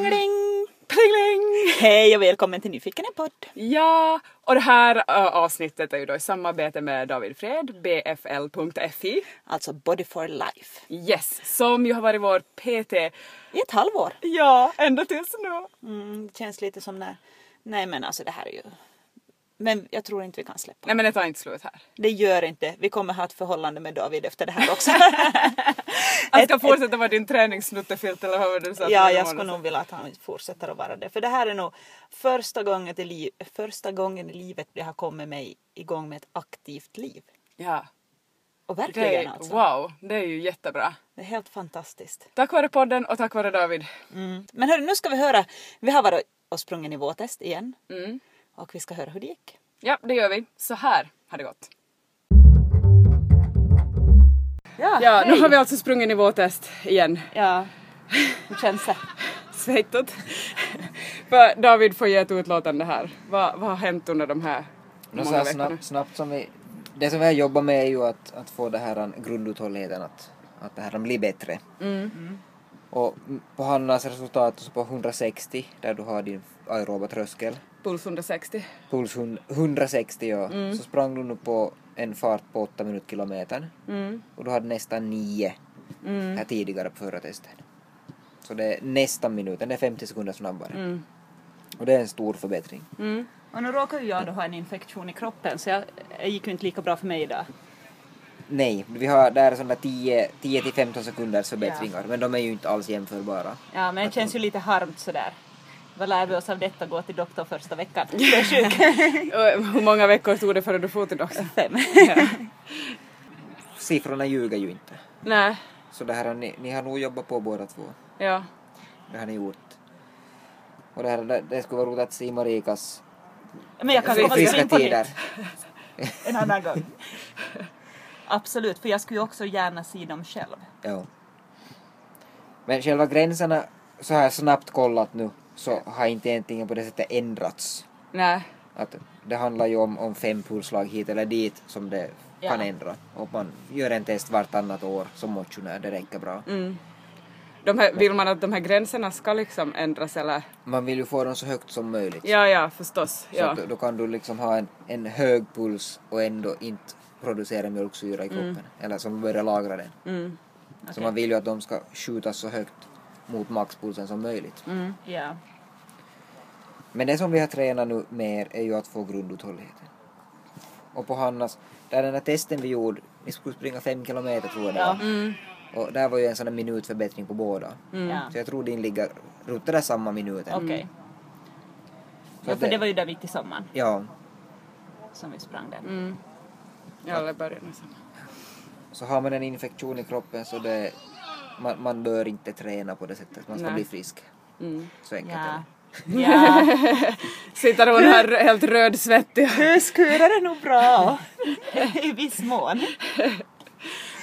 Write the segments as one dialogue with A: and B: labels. A: Plingling!
B: Pling!
A: Hej och välkommen till Nyfiken en podd.
B: Ja, och det här ö, avsnittet är ju då i samarbete med David Fred, bfl.fi.
A: Alltså Body for Life.
B: Yes, som ju har varit vår PT,
A: I ett halvår.
B: ja, ända tills nu.
A: Mm, det känns lite som när... Nej men alltså det här är ju... Men jag tror inte vi kan släppa.
B: Nej men det tar inte slut här.
A: Det gör inte. Vi kommer ha ett förhållande med David efter det här också.
B: Jag ska fortsätta vara din träningssnuttefilt eller vad var det du sa? för
A: ja,
B: några
A: jag
B: månader
A: skulle
B: sedan?
A: nog vilja att han fortsätter att vara det. För det här är nog första gången i, liv, första gången i livet det har kommit mig igång med ett aktivt liv.
B: Ja,
A: Och
B: det
A: verkligen
B: är,
A: alltså.
B: wow, det är ju jättebra.
A: Det är helt fantastiskt.
B: Tack vare podden och tack vare David.
A: Mm. Men hörru, nu ska vi höra. Vi har varit och sprungit nivåtest igen.
B: Mm.
A: Och vi ska höra hur det gick.
B: Ja, det gör vi. Så här har det gått.
A: Ah,
B: Ja, nu har vi alltså sprungit nivåtest igen.
A: Ja. Hur känns det?
B: Svettigt. För David får ge ett utlåtande här. Vad, vad har hänt under de här
C: Nå,
B: många
C: så här
B: veckorna?
C: snabbt, snabbt som vi, det som vi har jobbat med är ju att, att få det här an- grunduthålligheten att, att det här an blir bättre. Och mm, på Hannas resultat så på 160 där du har din aeroba tröskel,
B: Puls 160.
C: puls hun- 160 ja, så sprang du nu på en fart på 8 minutkilometern
B: Mm.
C: och du hade nästan 9 här tidigare på förra testet. Så det är nästan minuten, det är 50 sekunder snabbare.
B: Mm.
C: Och det är en stor förbättring.
B: Mm.
A: Och nu råkar ju jag då ha en infektion i kroppen så jag, det gick ju inte lika bra för mig idag.
C: Nej, vi har där sådana 10 10 till 15 sekunders förbättringar men de är ju inte alls jämförbara.
A: Ja, men det känns ju lite harmt sådär. Vad lär vi oss av detta? Gå till doktorn första veckan. Du är sjuk.
B: Och Hur många veckor tog det före du for till doktorn?
A: Fem.
C: Siffrorna ljuger ju inte.
B: Nej,
C: Så det här har ni, ni har nog jobbat på båda två.
B: ja.
C: Det har ni gjort. Och det, här, det, det skulle vara roligt att se Marikas
A: Men jag kan komma
C: friska
A: in på
C: tider.
A: nytt en annan gång. Absolut, för jag skulle ju också gärna se dem själv.
C: Ja. Men själva gränserna, så här snabbt kollat nu, så har inte egentligen på det sättet ändrats.
B: Nej.
C: Att det handlar ju om, om fem pulslag hit eller dit som det
A: Ja.
C: kan ändra. Och man gör en test vartannat år som motionär, det räcker bra.
B: Mm. De här, vill man att de här gränserna ska liksom ändras eller?
C: Man vill ju få dem så högt som möjligt.
B: Ja, ja, förstås.
C: Så
B: Ja.
C: att då- då kan du liksom ha en, en hög puls och ändå inte producera mjölksyra i kroppen. Eller som börjar lagra den.
B: Mm.
C: Så man vill ju att de ska skjutas så högt mot maxpulsen som möjligt.
B: Mm.
A: Ja.
C: Men det som vi har tränat nu mer är ju att få grunduthålligheten. Och på Hannas, där den här testen vi gjorde, ni skulle springa fem kilometer tror jag det
A: Ja. Mm.
C: var. Och där var ju en sån här minutförbättring på båda.
A: ja.
C: Så jag tror din ligger runt det där samma minuten.
A: Mm. Okej. Mm.
C: Så
A: Ja,
C: att
A: för det var ju där mitt i sommaren
C: Ja,
A: som vi sprang där.
B: Mm. Ja, eller början och sen.
C: Så har man en infektion i kroppen så det, man, man bör inte träna på det sättet. Man ska
B: Nej.
C: bli frisk.
B: Mm.
C: Så enkelt är
A: Ja.
C: det.
A: ja.
B: Sitter hon här helt rödsvettig.
A: Huskurar är nog bra. I viss mån.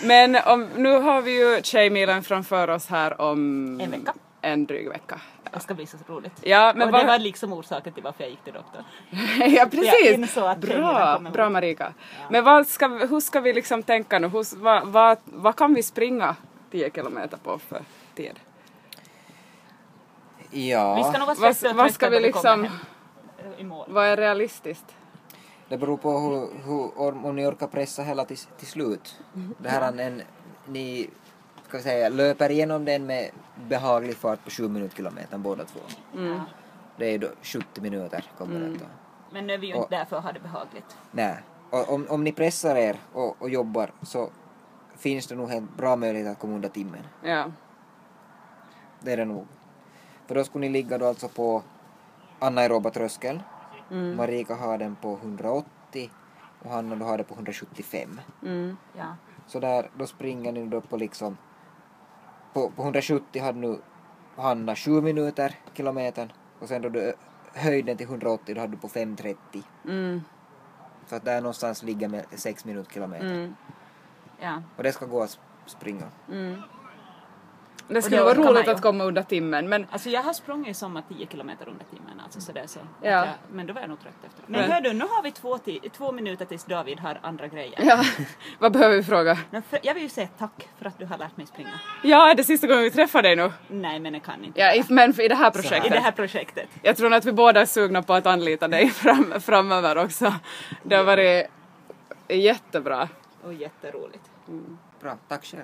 B: Men om, nu har vi ju Tjejmilen framför oss här om
A: En vecka.
B: En dryg vecka.
A: Det ska bli så roligt.
B: Ja, men
A: och
B: vad-
A: det var liksom orsaken till varför jag gick till doktorn.
B: ja
A: Jag
B: precis!
A: insåg att pengarna
B: Bra,
A: kommer
B: bra
A: ihåg.
B: Marika. Men vad ska, vi- hur ska vi liksom tänka nu? Hur, vad, vad, vad kan vi springa 10 kilometer på för tid?
A: Vi ska
C: Ja,
A: nog vara
B: Vad,
A: svettiga och
B: vad ska
A: trötta
B: vi
A: när kommer
B: liksom,
A: hem eh, i mål.
B: vad är realistiskt?
C: det beror på hur, hur, or- om ni orkar pressa hela till, till slut. Det här är en, ni ska vi säga, löper igenom den med behaglig fart på 7 minutkilometer båda två.
A: Ja.
C: Det är då 70 minuter kommer det att ta.
A: Men nu är vi ju
C: Och-
A: inte där för att ha det behagligt.
C: Nej. Och om, om ni pressar er och, och jobbar så finns det nog en bra möjlighet att komma under timmen.
B: Ja.
C: Det är det nog. För då skulle ni ligga då alltså på anaeroba tröskeln. Marika har den på 180 och Hanna du har det på 175.
B: Mm.
A: Ja.
C: Så där, då springer ni då på liksom... På, på 170 hade nu Hanna 7 minuter kilometern och sen då du höjden till 180 då hade du på 5.30.
B: Mm.
C: Så att där någonstans ligger med 6 minuter kilometer.
B: Mm.
A: Ja.
C: Och det ska gå att sp- springa.
B: Mm. Det
A: det
B: skulle vara
A: orkar man
B: roligt
A: ju.
B: att komma under timmen men
A: Alltså jag har sprungit i sommar 10 kilometer under timmen alltså sådär så. att
B: Ja.
A: Jag, men då var jag nog trött efter. Men
B: Men-
A: hör du, nu har vi två, ti- två minuter tills David har andra grejer.
B: ja, vad behöver vi fråga?
A: Men för, jag vill ju säga tack för att du har lärt mig springa.
B: Ja, det är sista gången vi träffar dig nu.
A: Nej men jag kan inte.
B: Ja, i, men för- i det här
A: I
B: projektet.
A: det här projektet.
B: Jag tror nog att vi båda är sugna på att anlita dig fram, framöver också. Det har varit jättebra.
A: Och jätteroligt.
C: Bra, tack själv.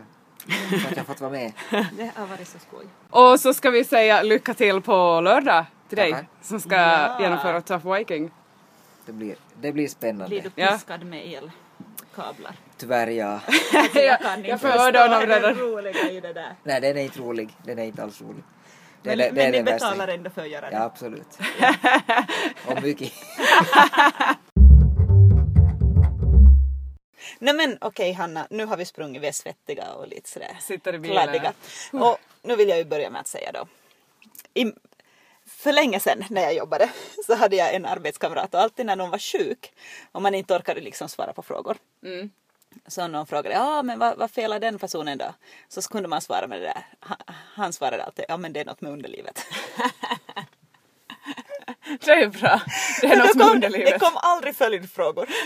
C: För att jag fått vara med.
A: Det har varit så skoj.
B: Och så ska vi säga lycka till på lördag till dig
C: Tackar.
B: som ska
A: Ja.
B: genomföra Tough Viking.
C: Det blir, det blir
A: Blir du
C: spännande.
B: Ja.
A: piskad med elkablar?
C: Tyvärr ja.
A: Alltså,
B: Jag-
A: jag kan
B: jag
A: inte
B: förhörde
A: förstå
B: honom
A: det
B: redan.
A: roliga i det där.
C: Nej, den är inte rolig. Den är inte alls rolig. Det,
A: Men,
C: det- det
A: men
C: är
A: ni
C: den värsta.
A: betalar ändå för att göra det.
C: Ja, absolut. Och mycket.
A: Nej men okej Hanna, nu har vi sprungit, vi är svettiga och lite sådär
B: Sitter i bilen. Uh.
A: kladdiga. Och nu vill jag ju börja med att säga då. I, för länge sedan när jag jobbade så hade jag en arbetskamrat och alltid när någon var sjuk och man inte orkade liksom svara på frågor.
B: Mm.
A: Så någon frågade ja men vad, vad felar den personen då? Så kunde man svara med det där. Han, han svarade alltid ja men det är något med underlivet.
B: Det är bra. Det är
A: Men då
B: något med
A: kom- Det
B: underlivet.
A: kom aldrig följdfrågor.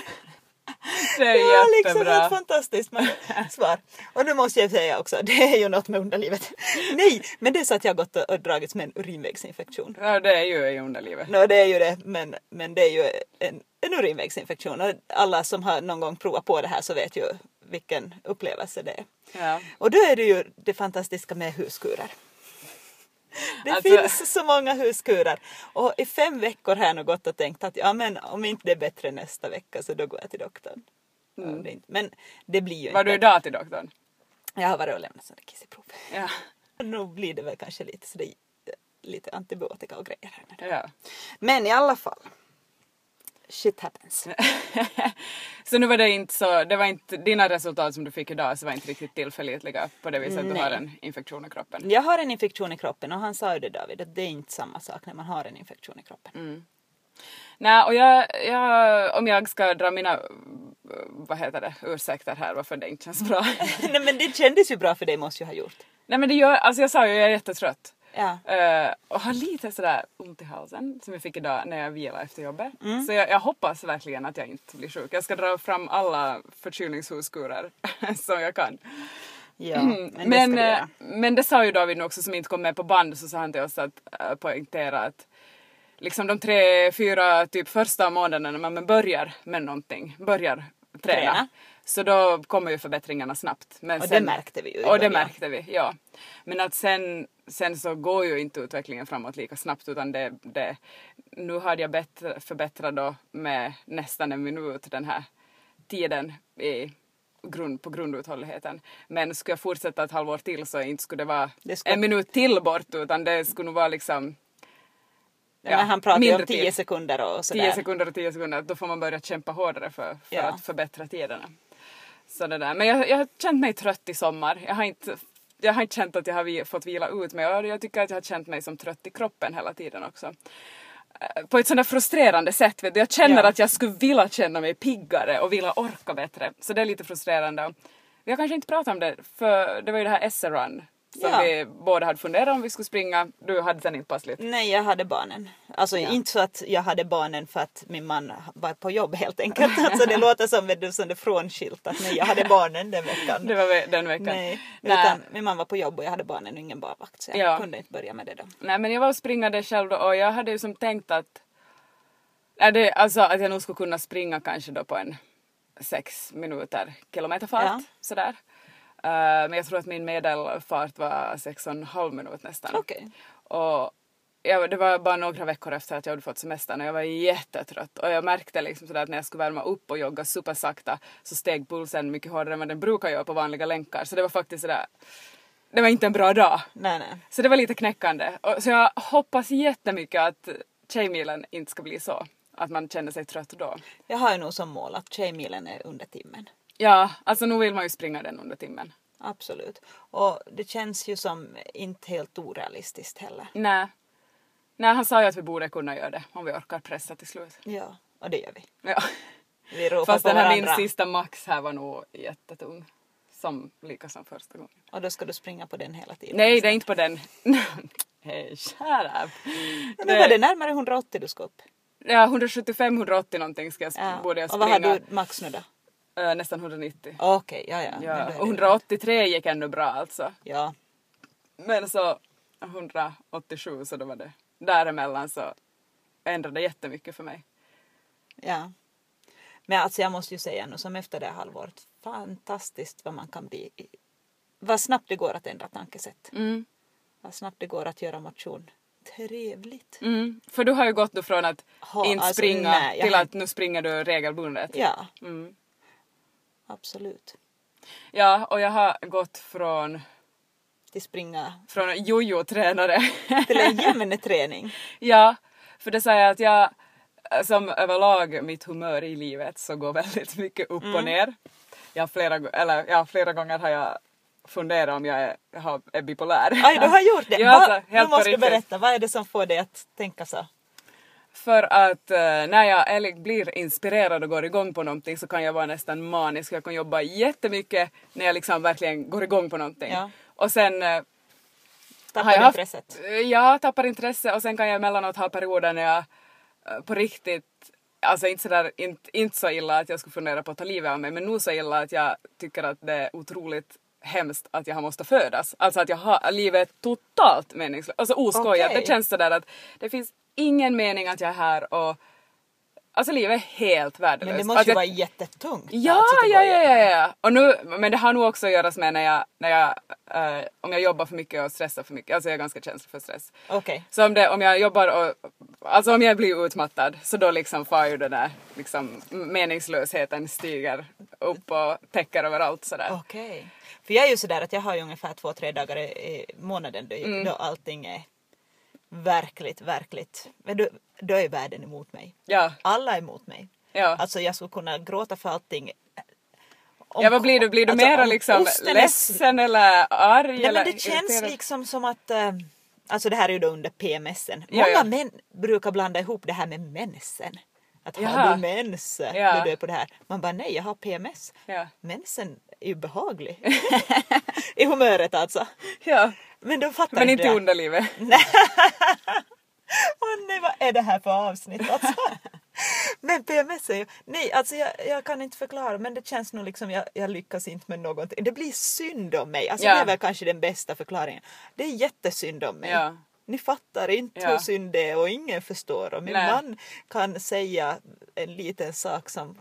B: Det är
A: Det var liksom
B: jättebra.
A: ett fantastiskt svar. Och nu måste jag säga också, det är ju något med underlivet. Nej, men det är så att jag har gått och och dragits med en urinvägsinfektion.
B: Ja, det är ju i underlivet.
A: Nå, det är ju det, men, men det är ju en, en urinvägsinfektion. Och alla som har någon gång provat på det här så vet ju vilken upplevelse det är.
B: Ja.
A: Och då är det ju det fantastiska med huskurer. Det
B: Alltså-
A: finns så många huskurer. Och i fem veckor har jag nog gått och tänkt att ja, men om inte det är bättre nästa vecka så då går jag till doktorn. Ja, det är inte- Men det blir ju
B: Mm. Var
A: inte
B: du idag till doktorn?
A: Jag har varit och lämnat sådana kisseprov.
B: Ja.
A: Nu blir det väl kanske lite sådär, lite antibiotika och grejer. här nu.
B: ja.
A: Men i alla fall. Shit happens.
B: Så nu var det inte så, det var inte, dina resultat som du fick idag så var inte riktigt tillförlitliga på det viset att du
A: Nej.
B: har en infektion i kroppen.
A: Jag har en infektion i kroppen och han sa ju det David att det är inte samma sak när man har en infektion i kroppen.
B: Mm. Nej, och jag, jag, om jag ska dra mina, eh, vad heter det, ursäkter här varför det inte känns bra.
A: Nej men det kändes ju bra för dig måste ju ha gjort.
B: Nej men det gör, alltså jag sa ju jag är jättetrött.
A: Ja.
B: Eh, och har lite sådär ont i halsen som jag fick idag när jag vilade efter jobbet.
A: Mm.
B: Så jag, jag hoppas verkligen att jag inte blir sjuk. Jag ska dra fram alla förkylningshuskurer som jag kan.
A: Ja, men, det ska
B: Men,
A: du
B: eh,
A: göra.
B: men det sa ju David nu också som inte kom med på band så sa han till oss att eh, poängtera att liksom de tre, fyra typ första månaderna när man börjar med någonting, börjar träna,
A: Träna.
B: så då kommer ju förbättringarna snabbt. Men
A: Och det märkte vi ju i
B: Och det
A: början.
B: märkte vi, ja. Men att sen, sen så går ju inte utvecklingen framåt lika snabbt utan det, det nu hade jag bättre, förbättrat då med nästan en minut den här tiden i grund, på grunduthålligheten. Men skulle jag fortsätta ett halvår till så inte skulle det vara
A: Det skulle-
B: en minut till bort utan det skulle nog vara liksom
A: Ja, men han pratade ju om
B: mindre
A: 10
B: tid.
A: sekunder och sådär.
B: 10 sekunder och 10 sekunder, då får man börja kämpa hårdare för, för
A: Ja.
B: att förbättra tiderna. Så det där. Men jag, jag har känt mig trött i sommar. Jag har inte, jag har inte känt att jag har vi, fått vila ut mig och jag tycker att jag har känt mig som trött i kroppen hela tiden också. Eh, På ett sånt där frustrerande sätt. Vet du. Jag känner
A: Ja.
B: att jag skulle vilja känna mig piggare och vilja orka bättre. Så det är lite frustrerande. Vi har kanske inte pratat om det, för det var ju det här Esserun som
A: Ja.
B: vi båda hade funderat om vi skulle springa. Du hade sen inte passligt.
A: Nej, jag hade barnen. Alltså inte så att jag hade barnen för att min man var på jobb helt enkelt. Alltså det låter som, vet du, som det frånskilt att nej, jag hade barnen den veckan.
B: Det var ve- den veckan.
A: Mm. Nej,
B: Nej.
A: utan min man var på jobb och jag hade barnen och ingen barnvakt så jag
B: Ja.
A: kunde inte börja med det då.
B: Nej men jag var och springade själv då och jag hade ju som tänkt att... Nej, det, alltså att jag nog skulle kunna springa kanske då på en sex minuter kilometerfart
A: Ja.
B: sådär. Eh, men jag tror att min medelfart var sex och en halv minut nästan.
A: Okej.
B: Och jag, det var bara några veckor efter att jag hade fått semestern och jag var jättetrött. Och jag märkte liksom sådär att när jag skulle värma upp och jogga supersakta så steg pulsen mycket hårdare än vad den brukar göra på vanliga länkar. Så det var faktiskt sådär... Det var inte en bra dag.
A: Nej, nej.
B: Så det var lite knäckande. Och- Så jag hoppas jättemycket att tjejmilen inte ska bli så. Att man känner sig trött då.
A: Jag har ju nog som mål att tjejmilen är under timmen.
B: Ja, alltså nu vill man ju springa den under timmen.
A: Absolut. Och det känns ju som inte helt orealistiskt heller.
B: Nej. Nej, han sa ju att vi borde kunna göra det om vi orkar pressa till slut.
A: Ja, och det gör vi.
B: Ja.
A: Vi ropar
B: Fast
A: på
B: den här min
A: varandra.
B: sista max här var nog jättetung. som lika som första gången.
A: Och då ska du springa på den hela tiden?
B: Nej, det är inte på den. Hej, shut up.
A: Men nu var det närmare 180 du ska upp.
B: Ja, 175-180 någonting ska jag, sp-
A: Ja.
B: borde jag
A: och
B: springa.
A: vad har du max nu då?
B: Eh, nästan 190.
A: Okej, ja ja. Men då är
B: Ja,
A: det-
B: och 183 gick ändå bra alltså.
A: Ja.
B: Men så 187 så då var det däremellan så ändrade jättemycket för mig.
A: Ja. Men alltså jag måste ju säga nu som efter det här halvåret, fantastiskt vad man kan bli, i- vad snabbt det går att ändra tankesätt.
B: Mm.
A: Vad snabbt det går att göra motion. Trevligt.
B: Mm. För du har ju gått då från att
A: Ha,
B: inte
A: alltså,
B: springa
A: nej, jag
B: till
A: har
B: att nu springer du regelbundet.
A: Ja,
B: Mm.
A: absolut.
B: Ja, och jag har gått från,
A: Till springa
B: från jojo-tränare
A: till en jämn träning.
B: Ja, för det säger jag att jag som överlag mitt humör i livet så går väldigt mycket upp
A: Mm.
B: och ner. Jag har flera, go- eller, ja, flera gånger har jag funderat om jag är, jag har, är bipolär.
A: Aj, du har gjort det!
B: Ja, alltså,
A: Va? Nu
B: helt på
A: måste du
B: riktigt.
A: berätta, vad är det som får dig att tänka så?
B: För att eh, när jag eller blir inspirerad och går igång på någonting så kan jag vara nästan manisk. Jag kan jobba jättemycket när jag liksom verkligen går igång på någonting.
A: Ja.
B: Och sen eh,
A: Tappar
B: Har jag haft-
A: intresset?
B: Jag tappar intresse och sen kan jag emellanåt ha perioder när jag eh, på riktigt, alltså inte, så där, inte, inte så illa att jag skulle fundera på att ta livet av mig men nog så illa att jag tycker att det är otroligt hemskt att jag har måste födas. Alltså att jag har, livet är totalt meningslöst. Alltså oskojat.
A: Okej.
B: Det känns sådär att det finns ingen mening att jag är här och alltså livet är helt värdelöst.
A: Men det måste
B: Att
A: ju
B: jag-
A: vara jättetungt.
B: Ja,
A: alltså, det
B: ja,
A: går
B: ja,
A: ju-
B: ja, ja. Och nu, men det har nog också att göra med när jag, när jag, eh, om jag jobbar för mycket och stressar för mycket. Alltså jag är ganska känslig för stress.
A: Okej.
B: Så om, det, om jag jobbar och, alltså om jag blir utmattad så då liksom far ju den där liksom meningslösheten stiger upp och täcker överallt sådär.
A: Okej. För jag är ju sådär att jag har ju ungefär två, tre dagar i- i månaden då, då allting är verkligt, verkligt. Men då, då är världen emot mig.
B: Ja,
A: Alla är emot mig.
B: ja.
A: Alltså jag skulle kunna gråta för allting. Om-
B: ja, vad blir du? Blir du
A: alltså,
B: mera
A: om
B: liksom
A: osten är-
B: ledsen eller arg
A: Nej
B: eller
A: men det känns
B: irriterad?
A: liksom som att eh, Alltså det här är ju då under PMSen.
B: Ja,
A: Många
B: ja.
A: män brukar blanda ihop det här med mensen. Att har
B: Jaha.
A: du mens
B: Ja.
A: när du är på det här? Man bara nej jag har PMS.
B: Ja.
A: Mensen är ju behaglig. I humöret alltså.
B: Ja,
A: Men de fattar
B: men inte i
A: det.
B: underlivet.
A: Åh nej, vad är det här för avsnitt alltså? Men PMS är ju... Nej, alltså jag, jag kan inte förklara men det känns nog liksom jag, jag lyckas inte med någonting. Det blir synd om mig. Alltså
B: Ja.
A: det är väl kanske den bästa förklaringen. Det är jättesynd om mig.
B: Ja.
A: Ni fattar inte
B: Ja.
A: hur synd det är och ingen förstår. Och min
B: Nej.
A: man kan säga en liten sak som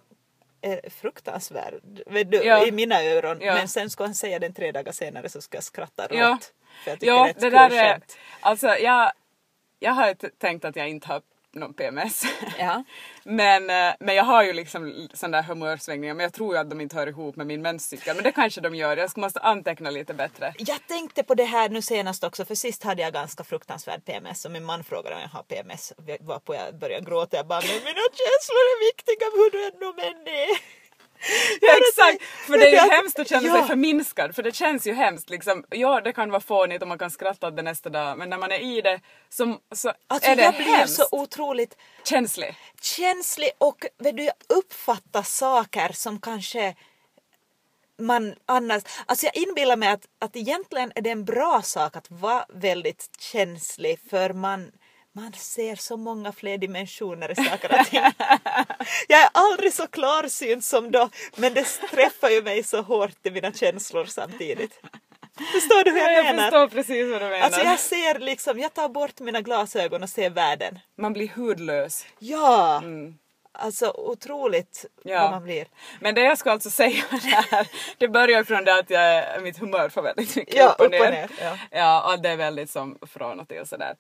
A: är fruktansvärd vet du,
B: Ja.
A: i mina öron
B: Ja.
A: men sen ska han säga den tre dagar senare så ska jag skratta
B: Ja.
A: rått. För jag tycker
B: Ja,
A: det är ett
B: det där
A: kul
B: är...
A: skämt.
B: Alltså jag, jag har ju t- tänkt att jag inte har någon PMS.
A: Ja.
B: Men, eh, men jag har ju liksom sådana där humörsvängningar men jag tror ju att de inte hör ihop med min menscykel. Men det kanske de gör, jag ska- måste anteckna lite bättre.
A: Jag tänkte på det här nu senast också för sist hade jag ganska fruktansvärd PMS och min man frågade om jag har PMS varpå jag började gråta. Jag bara men mina känslor är viktiga hur du än än är.
B: Ja, exakt! För det är
A: Jag-
B: ju hemskt att känna
A: ja.
B: sig förminskad för det känns ju hemskt. Liksom. Ja, det kan vara fånigt och man kan skratta åt det nästa dag men när man är i det så, så
A: Alltså
B: är det
A: jag blir
B: hemskt
A: så otroligt
B: känslig.
A: känslig och vet du, jag uppfattar saker som kanske man annars... Alltså jag inbillar mig att, att egentligen är det en bra sak att vara väldigt känslig för man, man ser så många fler dimensioner i saker och ting. Jag är aldrig så klarsynt som då men det träffar ju mig så hårt i mina känslor samtidigt. Förstår du hur jag,
B: Jag,
A: menar?
B: förstår precis vad du menar.
A: Alltså jag ser liksom, jag tar bort mina glasögon och ser världen.
B: Man blir hudlös.
A: Ja! Alltså otroligt
B: Ja.
A: vad man blir.
B: Men det jag ska alltså säga där, det börjar från det att jag, mitt humör får väldigt mycket
A: Ja,
B: upp och ner.
A: ja.
B: Ja, och det är väldigt som från och till sådär.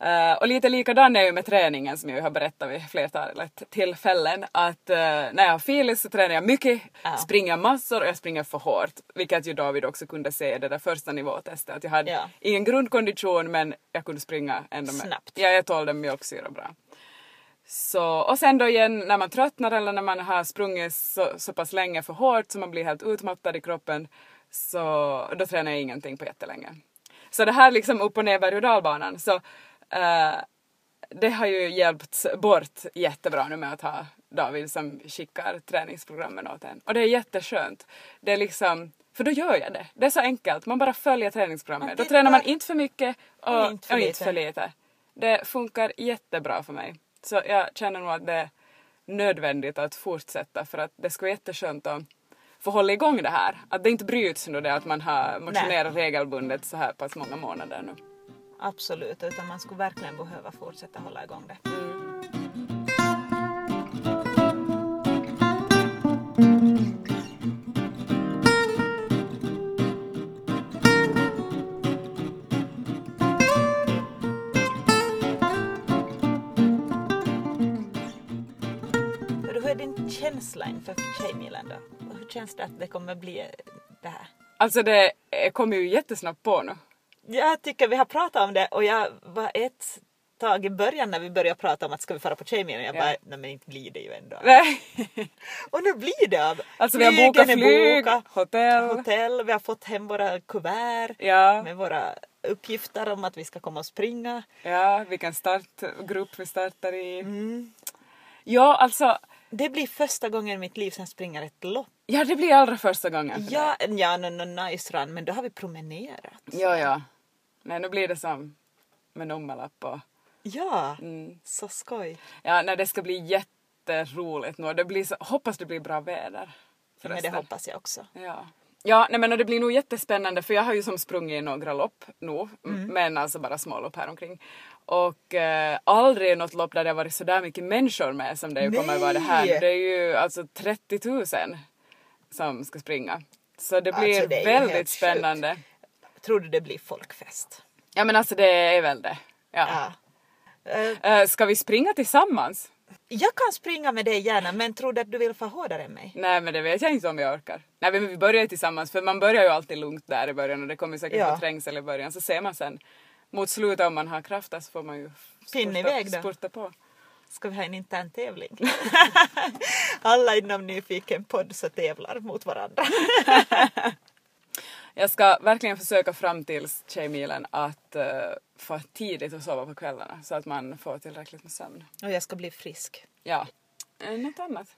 B: Eh, och lite likadan är ju med träningen som jag ju har berättat vid flertalet tillfällen att eh, när jag har filis så tränar jag mycket,
A: Ja.
B: springer massor och jag springer för hårt. Vilket ju David också kunde se i det där första nivåtestet. Att jag hade
A: Ja.
B: ingen grundkondition men jag kunde springa ändå. med-
A: Snabbt.
B: Ja, jag tålde mjölksyra bra. Så, och sen då igen när man tröttnar eller när man har sprungit så, så pass länge för hårt så man blir helt utmattad i kroppen så då tränar jag ingenting på jättelänge. Så det här liksom upp och ner berg och dalbanan. Så, eh, det har ju hjälpt bort jättebra nu med att ha David som skickar träningsprogrammen åt en. Och det är jätteskönt. Det är liksom, För då gör jag det. Det är så enkelt. Man bara följer träningsprogrammet.
A: Man
B: Då tränar man
A: tittar.
B: inte för mycket och,
A: Och
B: och,
A: inte
B: inte,
A: för
B: för
A: lite.
B: lite. Det funkar jättebra för mig. Så jag känner nog att det är nödvändigt att fortsätta för att det skulle vara jätteskönt att få hålla igång det här. Att det inte bryts nu det att man har motionerat regelbundet så här pass många månader nu.
A: Absolut, utan man skulle verkligen behöva fortsätta hålla igång det. Hörru, Hur är din känsla inför Tjejmilen då? Och Hur känns det att det kommer bli det här?
B: Alltså det eh, kommer ju jättesnabbt på nu.
A: Jag tycker vi har pratat om det och jag var ett tag i början när vi började prata om att ska vi fara på Tjejmilen och jag
B: Ja.
A: bara, nej men inte blir det ju ändå.
B: Nej.
A: Och nu blir det av!
B: Alltså vi har
A: Flygen
B: bokat
A: är
B: flyg,
A: boka,
B: hotell.
A: hotell, vi har fått hem våra kuvert
B: Ja,
A: med våra uppgifter om att vi ska komma och springa.
B: ja, vilken startgrupp vi startar i.
A: Mm.
B: Ja, alltså,
A: Det blir första gången i mitt liv som jag springer ett lopp.
B: ja det blir allra första gången. för
A: Ja, ja no, no, nice run, men då har vi promenerat.
B: det. ja, ja. Nej, nu blir det som med nummerlapp och...
A: Ja,
B: Mm.
A: så skoj.
B: Ja, nej, det ska bli jätteroligt nu. Det blir så, hoppas det blir bra väder.
A: Men det
B: förresten.
A: hoppas jag också.
B: Ja. Ja, nej men och det blir nog jättespännande för jag har ju som sprungit i några lopp nu,
A: Mm.
B: men alltså bara små lopp här omkring. Och eh, aldrig något lopp där det har varit sådär mycket människor med som det ju kommer att vara det här.
A: Nej!
B: Det är ju alltså 30 000 som ska springa. Så det
A: Alltså,
B: blir
A: det är ju helt
B: väldigt spännande.
A: Tror du det blir folkfest?
B: Ja men alltså det är väl det. Ja.
A: Ja. Eh,
B: Eh, ska vi springa tillsammans?
A: Jag kan springa med dig gärna men tror du att du vill få hårdare än mig?
B: Nej men det vet jag inte om jag orkar. Nej men vi börjar ju tillsammans för man börjar ju alltid lugnt där i början och det kommer säkert
A: Ja.
B: vara trängsel i början så ser man sen mot slutet om man har krafter så får man ju spurta,
A: iväg då.
B: spurta på.
A: Ska vi ha en intern tävling? Alla inom Nyfiken podd så tävlar mot varandra.
B: Jag ska verkligen försöka fram till tjejmilen att uh, få tidigt och sova på kvällarna så att man får tillräckligt med sömn.
A: Och jag ska bli frisk.
B: Ja. Eh, Något annat?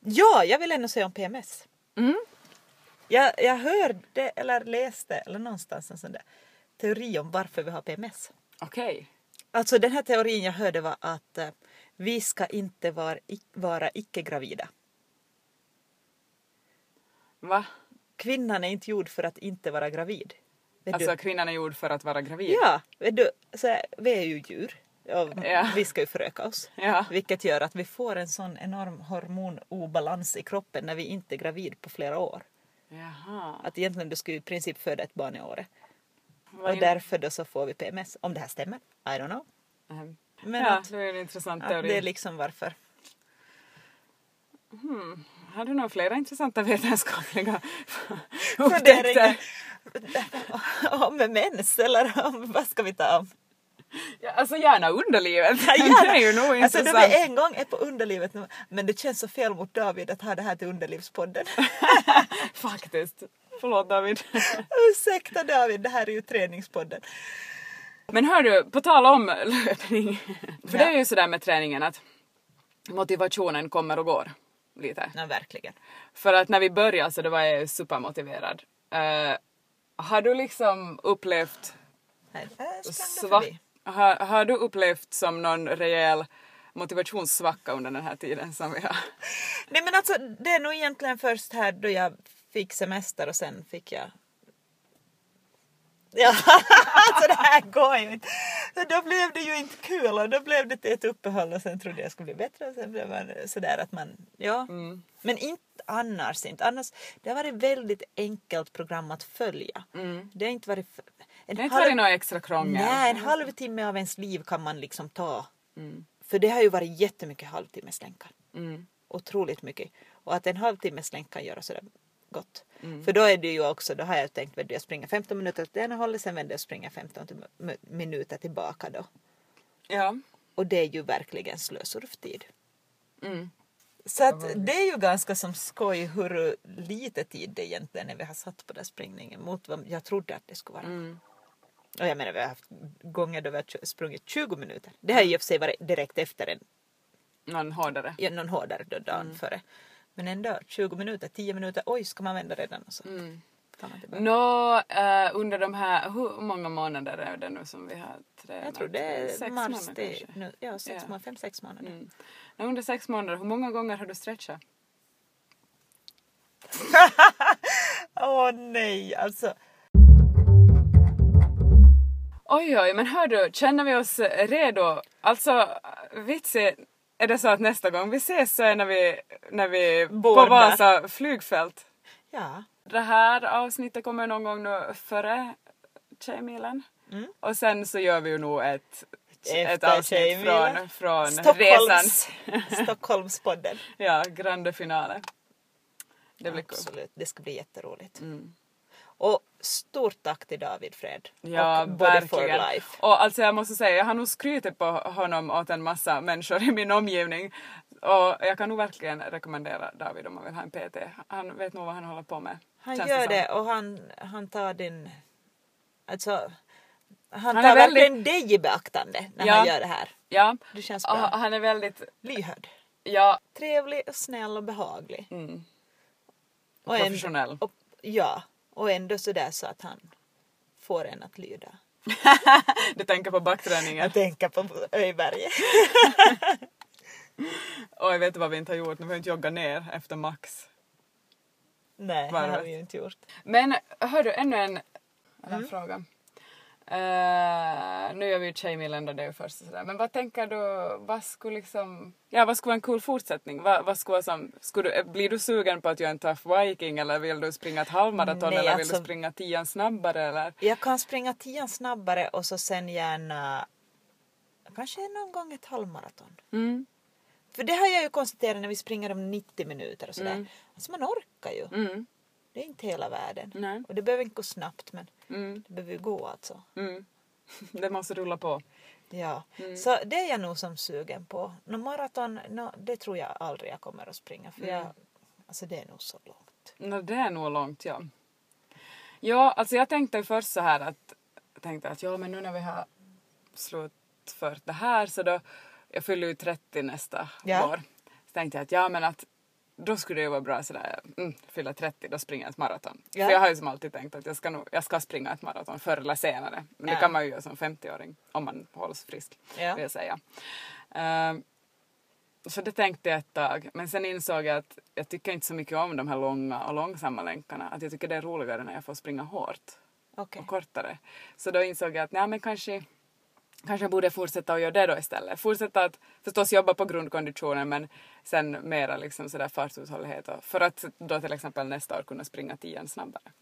A: Ja, jag vill ännu säga om PMS.
B: Mm.
A: Jag, jag hörde eller läste eller någonstans en sån där teori om varför vi har PMS.
B: Okej.
A: Alltså den här teorin jag hörde var att eh, vi ska inte vara, ic- vara icke-gravida.
B: Va?
A: Kvinnan är inte gjord för att inte vara gravid. Vet du?
B: Alltså kvinnan är gjord för att vara gravid?
A: Ja, vet du, så här, vi är ju djur. Och
B: Ja.
A: Vi ska ju föröka oss.
B: Ja.
A: Vilket gör att vi får en sån enorm hormonobalans i kroppen när vi inte är gravid på flera år.
B: Jaha.
A: Att egentligen du ska ju i princip föda ett barn i året.
B: Vad
A: Och
B: in-
A: därför då så får vi PMS. Om det här stämmer, I don't know.
B: Ehm.
A: Men
B: ja,
A: att,
B: det är en intressant
A: att
B: teori.
A: det är liksom varför.
B: Har du några flera intressanta vetenskapliga
A: Funderingar.
B: upptäckter?
A: om mens eller om, vad ska vi ta om?
B: Ja, alltså gärna underlivet.
A: Ja,
B: Det är ju nog
A: Alltså
B: intressant.
A: då vi en gång är på underlivet nu. Men det känns så fel mot David att ha det här till underlivspodden.
B: Faktiskt. Förlåt David.
A: Ursäkta David, det här är ju träningspodden.
B: Men hör du, på tal om löpning.
A: Ja.
B: För det är ju sådär med träningen att motivationen kommer och går lite.
A: Ja, verkligen.
B: För att när vi började så då var jag ju supermotiverad. Eh, har du liksom upplevt
A: Nej, jag sprang då
B: svack...
A: förbi.
B: Har, har du upplevt som någon rejäl motivationssvacka under den här tiden som vi har?
A: Nej men alltså det är nog egentligen först här då jag fick semester och sen fick jag... Ja, alltså det här går ju inte. Då blev det ju inte kul och då blev det till ett uppehåll och sen trodde jag skulle bli bättre och sen blev man sådär att man... Ja.
B: Mm.
A: Men inte annars inte. Annars, det har varit ett väldigt enkelt program att följa. Det har inte varit... f- En
B: Mm. Det har inte varit något extra krångel.
A: Nej, en halvtimme av ens liv kan man liksom ta. För det har ju varit jättemycket halvtimmeslänkan.
B: Mm.
A: Otroligt mycket. Och att en halvtimmeslänk kan göra sådär gott. För då är det ju också, då har jag tänkt att jag springer 15 minuter åt det ena hållet, sen vänder jag och springer 15 till- mu- minuter tillbaka då.
B: Ja.
A: Och det är ju verkligen slösurftid.
B: Mm.
A: Så att det är ju ganska som skoj hur lite tid det egentligen är vi har satt på den här springningen mot vad jag trodde att det skulle vara.
B: Mm.
A: Och jag menar vi har haft gånger då vi har tj- sprungit 20 minuter. Det har ju i och för sig varit direkt efter en,
B: Någon hårdare. Mm.
A: ja, någon hårdare då dagen före. Men ändå 20 minuter, 10 minuter, oj ska man vända redan och så
B: Mm.
A: tar man tillbaka.
B: Nå, eh, under de här, hur många månader är det nu som vi har tränat?
A: Jag tror det är
B: Sex
A: mars
B: månader
A: till
B: kanske.
A: nu, ja, sex
B: Ja.
A: månader, fem, sex månader.
B: Mm. Nå, under sex månader, hur många gånger har du stretchat?
A: Åh nej, alltså.
B: Oj, oj, men hör du, känner vi oss redo? Alltså, vitsi, är det så att nästa gång vi ses så är när vi, när vi
A: Båda.
B: på Vasa flygfält?
A: Ja,
B: Det här avsnittet kommer någon gång nu före Tjejmilen.
A: Mm.
B: Och sen så gör vi ju nog ett, ett
A: Efter
B: avsnitt
A: Tjejmilen.
B: från, från resan.
A: Stockholms, Stockholmspodden.
B: Ja, grande finale. Det blir kul.
A: Absolut, det ska bli jätteroligt.
B: Mm.
A: Och stort tack till David Fred
B: Ja,
A: och Body for
B: verkligen.
A: Life.
B: Och alltså jag måste säga, jag har nog skrytit på honom åt en massa människor i min omgivning. Och jag kan nog verkligen rekommendera David om man vill ha en PT. Han vet nog vad han håller på med.
A: Han
B: känns
A: gör
B: som.
A: det och han, han tar din... Alltså, han
B: är
A: tar
B: väldigt-
A: verkligen dig i beaktande när
B: Ja.
A: han gör det här.
B: Ja,
A: Du känns
B: och
A: bra.
B: han är väldigt...
A: Lyhörd.
B: Ja,
A: Trevlig och snäll och behaglig.
B: mm,
A: Och ändå-
B: professionell.
A: och, ja, och ändå sådär så att han får en att lyda.
B: Du tänker på backträningen.
A: Jag tänker på Öjberget.
B: Oj, vet du vad vi inte har gjort? Nu har vi inte joggat ner efter max.
A: Nej, det har vi ju inte gjort.
B: Men hör du, ännu en, en fråga. Eh, nu gör vi ju Tjejmilen då, det är ju först och sådär. Men vad tänker du, vad skulle liksom... Ja, vad skulle vara en cool fortsättning? Vad, vad skulle vara som, skulle du, eh, blir du sugen på att göra en tough viking eller vill du springa ett halvmaraton
A: Nej,
B: eller vill
A: alltså-
B: du springa tian snabbare eller?
A: Jag kan springa tian snabbare och så sen gärna kanske någon gång ett halvmaraton.
B: Mm.
A: För det har jag ju konstaterat när vi springer om 90 minuter och sådär.
B: Mm.
A: Alltså man orkar ju.
B: Mm.
A: Det är inte hela världen.
B: Nej.
A: Och det behöver inte gå snabbt men
B: Mm.
A: det behöver ju gå alltså.
B: Mm. Det måste rulla på.
A: Ja.
B: Mm.
A: Så det är jag nog som sugen på. Nå maraton, nå, det tror jag aldrig jag kommer att springa för jag, alltså det är nog så långt.
B: Nå, det är nog långt, ja. Ja, alltså jag tänkte först så här att, tänkte att ja, men nu när vi har slutfört det här så då, jag fyller ju 30 nästa
A: Ja.
B: år. Så tänkte jag att ja, men att då skulle det ju vara bra sådär, mm, fylla 30, då springer jag ett maraton.
A: Ja.
B: För jag har ju som alltid tänkt att jag ska, nog, jag ska springa ett maraton förr eller senare. Men det
A: Ja.
B: kan man ju göra som 50-åring om man hålls frisk,
A: Ja.
B: vill jag säga. Ehm, så det tänkte jag ett tag, men sen insåg jag att jag tycker inte så mycket om de här långa och långsamma länkarna. Att jag tycker det är roligare när jag får springa hårt
A: Okej.
B: och kortare. Så då insåg jag att nej, men kanske, kanske jag borde fortsätta att göra det då istället. Fortsätta att förstås jobba på grundkonditionen men sen mera liksom sådär fartuthållighet och, för att då till exempel nästa år kunna springa tian snabbare.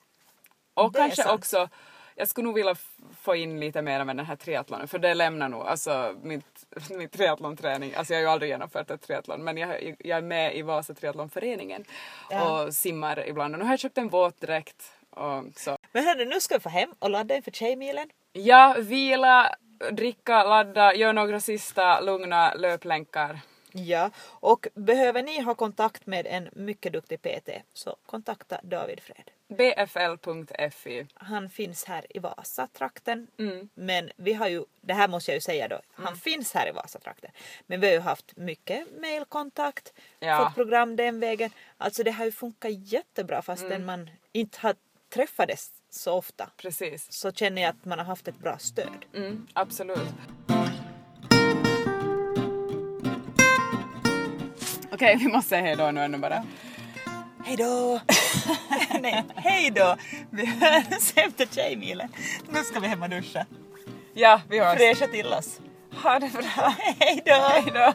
B: Och
A: Det är
B: kanske
A: sant.
B: också, jag skulle nog vilja f- få in lite mer av den här triathlonen för det lämnar nog, alltså mitt, mitt triathlonträning, alltså jag har ju aldrig genomfört ett triathlon men jag, jag är med i Vasa triathlonföreningen
A: Ja.
B: och simmar ibland och nu har jag köpt en våtdräkt och så.
A: Men hörru, nu ska vi få hem och ladda inför Tjejmilen.
B: Ja, vila, dricka, ladda, gör några sista lugna löplänkar.
A: Ja, och behöver ni ha kontakt med en mycket duktig PT så kontakta David Fred.
B: bfl.fi.
A: Han finns här i Vasatrakten.
B: Mm.
A: Men vi har ju, det här måste jag ju säga då, han finns här i Vasatrakten. Men vi har ju haft mycket mejlkontakt,
B: Ja.
A: fått program den vägen. Alltså det har ju funkat jättebra
B: Mm.
A: fastän man inte har träffades så ofta.
B: Precis.
A: Så känner jag att man har haft ett bra stöd.
B: Mm, absolut. Okej, vi måste säga hejdå nu ännu bara.
A: Hej då! Nej, hej då! Vi hörs efter Tjejmilen. Nu ska vi hem och duscha.
B: Ja, vi hörs.
A: Fräscha till oss.
B: Ha det bra.
A: Hej då!
B: Hejdå.